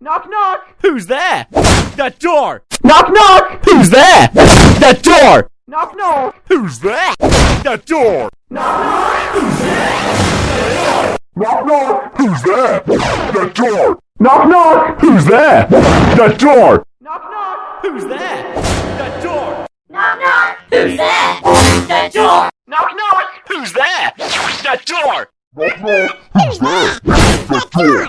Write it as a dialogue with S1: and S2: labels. S1: Knock knock!
S2: Who's there? That door!
S1: Knock knock!
S2: Who's there? That door!
S1: Knock knock!
S2: Who's there? That door!
S3: Knock knock! Who's there? That door!
S1: Knock knock!
S3: Who's there? That door!
S1: Knock knock!
S2: Who's there? That door!
S1: Knock knock!
S2: Who's there? That door!
S3: Knock knock! Who's there? That door!